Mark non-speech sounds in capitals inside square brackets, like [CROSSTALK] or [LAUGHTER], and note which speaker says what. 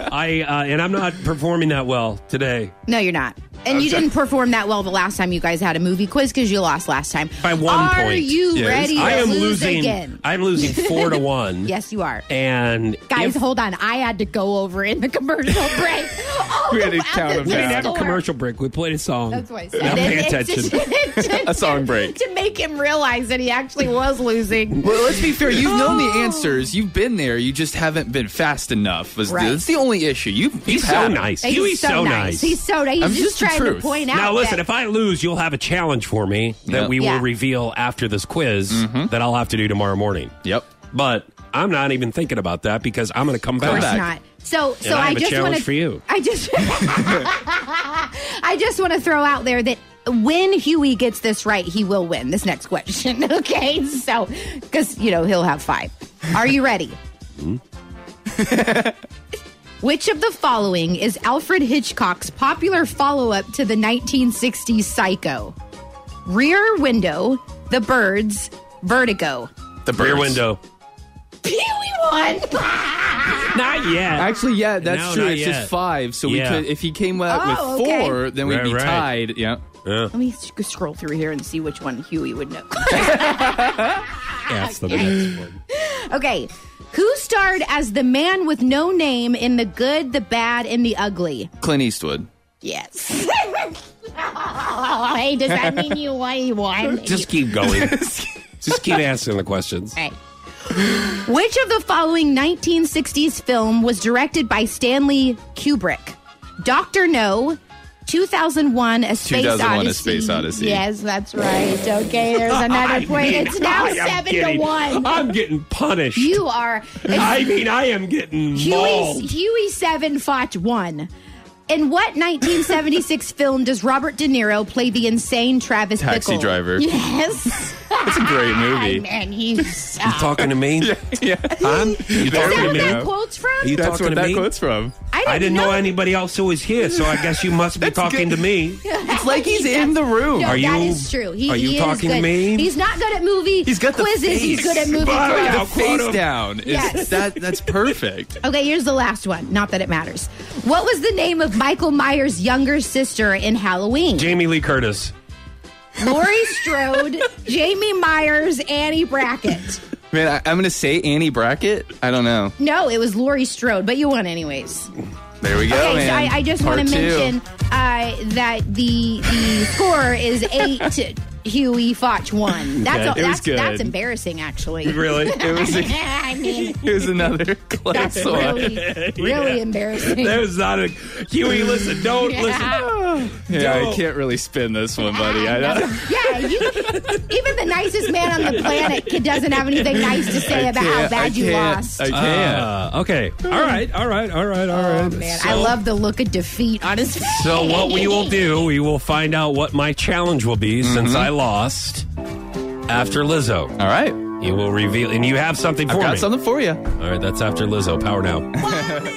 Speaker 1: I uh, and I'm not performing that well today.
Speaker 2: No, you're not. And you
Speaker 3: Okay.
Speaker 2: didn't perform that well the last time you guys had a movie quiz because you lost last time.
Speaker 1: By one
Speaker 2: are
Speaker 1: point.
Speaker 2: you
Speaker 3: Yes.
Speaker 2: ready to
Speaker 1: I am
Speaker 2: lose
Speaker 1: losing.
Speaker 2: again?
Speaker 1: I'm losing four to one.
Speaker 2: yes, you are.
Speaker 1: And
Speaker 4: Guys,
Speaker 1: if-
Speaker 4: hold on. I had to go over in
Speaker 1: [LAUGHS]
Speaker 4: the commercial break. Oh,
Speaker 3: We had to
Speaker 4: at
Speaker 3: count
Speaker 4: the
Speaker 3: them
Speaker 1: we didn't have
Speaker 3: down.
Speaker 1: a
Speaker 4: store.
Speaker 1: commercial break. We played a song.
Speaker 4: That's what I said.
Speaker 1: Now
Speaker 4: And
Speaker 1: pay
Speaker 4: [LAUGHS]
Speaker 2: then it's
Speaker 1: attention.
Speaker 3: A song break.
Speaker 4: To make him realize that he actually was losing.
Speaker 3: Well, let's be fair. You've known the
Speaker 4: Oh.
Speaker 3: answers. You've been there. You just haven't been fast enough. Was
Speaker 2: Right.
Speaker 3: That's the only issue. You've, you've
Speaker 1: He's
Speaker 3: had
Speaker 1: so
Speaker 3: it.
Speaker 1: nice.
Speaker 2: He's
Speaker 1: Huey's
Speaker 2: so nice.
Speaker 4: He's so he's
Speaker 3: I'm
Speaker 4: just,
Speaker 3: just the
Speaker 4: trying to
Speaker 3: truth.
Speaker 4: point out.
Speaker 1: Now listen,
Speaker 4: that-
Speaker 1: if I lose, you'll have a challenge for me that
Speaker 3: Yep.
Speaker 1: we
Speaker 2: Yeah.
Speaker 1: will reveal after this quiz that I'll have to do tomorrow morning.
Speaker 3: Yep.
Speaker 1: But I'm not even thinking about that because I'm going to come
Speaker 3: Come
Speaker 1: back.
Speaker 3: back.
Speaker 2: It's not. So, so
Speaker 1: I
Speaker 4: I
Speaker 1: have a
Speaker 4: just
Speaker 1: challenge
Speaker 4: wanna,
Speaker 1: for you.
Speaker 4: I just, [LAUGHS] I just want to throw out there that when Huey gets this right, he will win this next question. [LAUGHS] Okay, so because you know he'll have five. Are you ready?
Speaker 1: Hmm? [LAUGHS]
Speaker 4: Which of the following is Alfred Hitchcock's popular follow-up to the 1960s Psycho? Rear Window, The Birds, Vertigo. [LAUGHS]
Speaker 3: The
Speaker 1: Rear
Speaker 3: birds.
Speaker 1: window.
Speaker 4: Huey won.
Speaker 1: Not yet.
Speaker 3: Actually, yeah, that's
Speaker 1: No,
Speaker 3: true.
Speaker 1: not
Speaker 3: It's
Speaker 1: yet.
Speaker 3: just five. So
Speaker 1: Yeah.
Speaker 3: we could, if he came out
Speaker 4: Oh,
Speaker 3: with
Speaker 4: okay.
Speaker 3: four, then we'd
Speaker 1: Right,
Speaker 3: be
Speaker 1: right.
Speaker 3: tied. Yeah.
Speaker 2: let me sc- scroll through here and see which one Huey would
Speaker 4: [LAUGHS]
Speaker 2: know.
Speaker 1: Yeah, it's the next one.
Speaker 4: Okay. Who starred as the man with no name in The Good, the Bad, and the Ugly?
Speaker 3: Clint Eastwood.
Speaker 4: Yes. [LAUGHS] oh, hey, does that mean you won? You [LAUGHS] won?
Speaker 1: Just keep going. [LAUGHS] Just keep asking the questions.
Speaker 4: Okay. Which of the following 1960s film was directed by Stanley Kubrick? Doctor No, 2001: A Space
Speaker 3: 2001: A
Speaker 4: Odyssey.
Speaker 3: Space Odyssey.
Speaker 4: Yes, that's right. Okay, there's another point.
Speaker 1: mean,
Speaker 4: It's
Speaker 1: [LAUGHS]
Speaker 4: now
Speaker 1: I am
Speaker 4: seven
Speaker 1: getting-
Speaker 4: to one.
Speaker 1: I'm getting punished.
Speaker 4: You
Speaker 3: [LAUGHS]
Speaker 4: are.
Speaker 1: I mean, I am getting
Speaker 4: Huey,
Speaker 1: mauled.
Speaker 4: Huey Seven fought one. In what
Speaker 3: [LAUGHS]
Speaker 4: 1976 film does Robert De Niro play the insane Travis
Speaker 3: Taxi
Speaker 4: Bickle?
Speaker 3: driver.
Speaker 4: Yes.
Speaker 3: That's
Speaker 4: [LAUGHS]
Speaker 3: a great movie.
Speaker 4: Man, he
Speaker 3: [LAUGHS]
Speaker 1: You talking to [LAUGHS] me?
Speaker 3: yeah.
Speaker 1: Huh? You talking
Speaker 4: Is that
Speaker 3: There
Speaker 1: to
Speaker 4: where
Speaker 1: me?
Speaker 4: that
Speaker 3: go.
Speaker 4: quote's from?
Speaker 1: You
Speaker 3: That's
Speaker 1: talking
Speaker 3: where
Speaker 1: to
Speaker 3: that
Speaker 1: me?
Speaker 4: [LAUGHS]
Speaker 3: quote's from.
Speaker 1: I didn't know anybody else who was here, so I guess you must be talking
Speaker 3: good.
Speaker 1: to me.
Speaker 3: It's like he's in the room.
Speaker 4: No,
Speaker 1: Are
Speaker 4: that
Speaker 1: you-
Speaker 4: is true. He,
Speaker 1: are you
Speaker 4: he is
Speaker 1: talking to
Speaker 4: good.
Speaker 1: me?
Speaker 4: He's not good at movie
Speaker 3: He's got the
Speaker 4: quizzes. He's
Speaker 3: face.
Speaker 4: good at movie
Speaker 1: But-
Speaker 4: quizzes.
Speaker 1: I'll
Speaker 3: the
Speaker 1: quote
Speaker 3: face
Speaker 1: him.
Speaker 3: down. Is
Speaker 4: Yes.
Speaker 3: that that's perfect.
Speaker 4: Okay, here's the last one. Not that it matters. What was the name of Michael Myers' younger sister in Halloween?
Speaker 1: Jamie Lee Curtis.
Speaker 4: Lori Strode, Jamie Myers, Annie Brackett.
Speaker 3: Man, I, I'm gonna say Annie Brackett. I don't know.
Speaker 4: No, it was Lori Strode, but you won anyways.
Speaker 3: There we go,
Speaker 4: Okay, so
Speaker 3: man.
Speaker 4: I, I just
Speaker 3: Part
Speaker 4: want to
Speaker 3: two.
Speaker 4: mention uh, that the the score is eight to Huey Foch one. That's
Speaker 3: Okay.
Speaker 4: all
Speaker 3: It was
Speaker 4: that's, that's
Speaker 3: good.
Speaker 4: embarrassing, actually.
Speaker 1: Really?
Speaker 3: It was a,
Speaker 4: [LAUGHS] I mean,
Speaker 3: it was another
Speaker 4: [LAUGHS] that's
Speaker 3: close one. [LAUGHS]
Speaker 4: really, really embarrassing.
Speaker 1: That was not a Huey. Listen, don't listen.
Speaker 3: Yeah,
Speaker 1: Dope.
Speaker 3: I can't really spin this one, buddy. I [LAUGHS] don't.
Speaker 4: yeah, you, even the nicest man on the planet could- doesn't have anything nice to say about how
Speaker 3: can't- I
Speaker 4: bad you
Speaker 3: can't.
Speaker 4: lost.
Speaker 3: I can't.
Speaker 1: Uh, okay. All right. All right. All right. All right.
Speaker 4: Oh, Man, I love the look of defeat on his face.
Speaker 1: So what we will do, we will find out what my challenge will be since I lost after Lizzo.
Speaker 3: All right.
Speaker 1: You will reveal, and you have something for
Speaker 3: I've got
Speaker 1: me.
Speaker 3: something for you.
Speaker 1: All right, that's after Lizzo. Power now.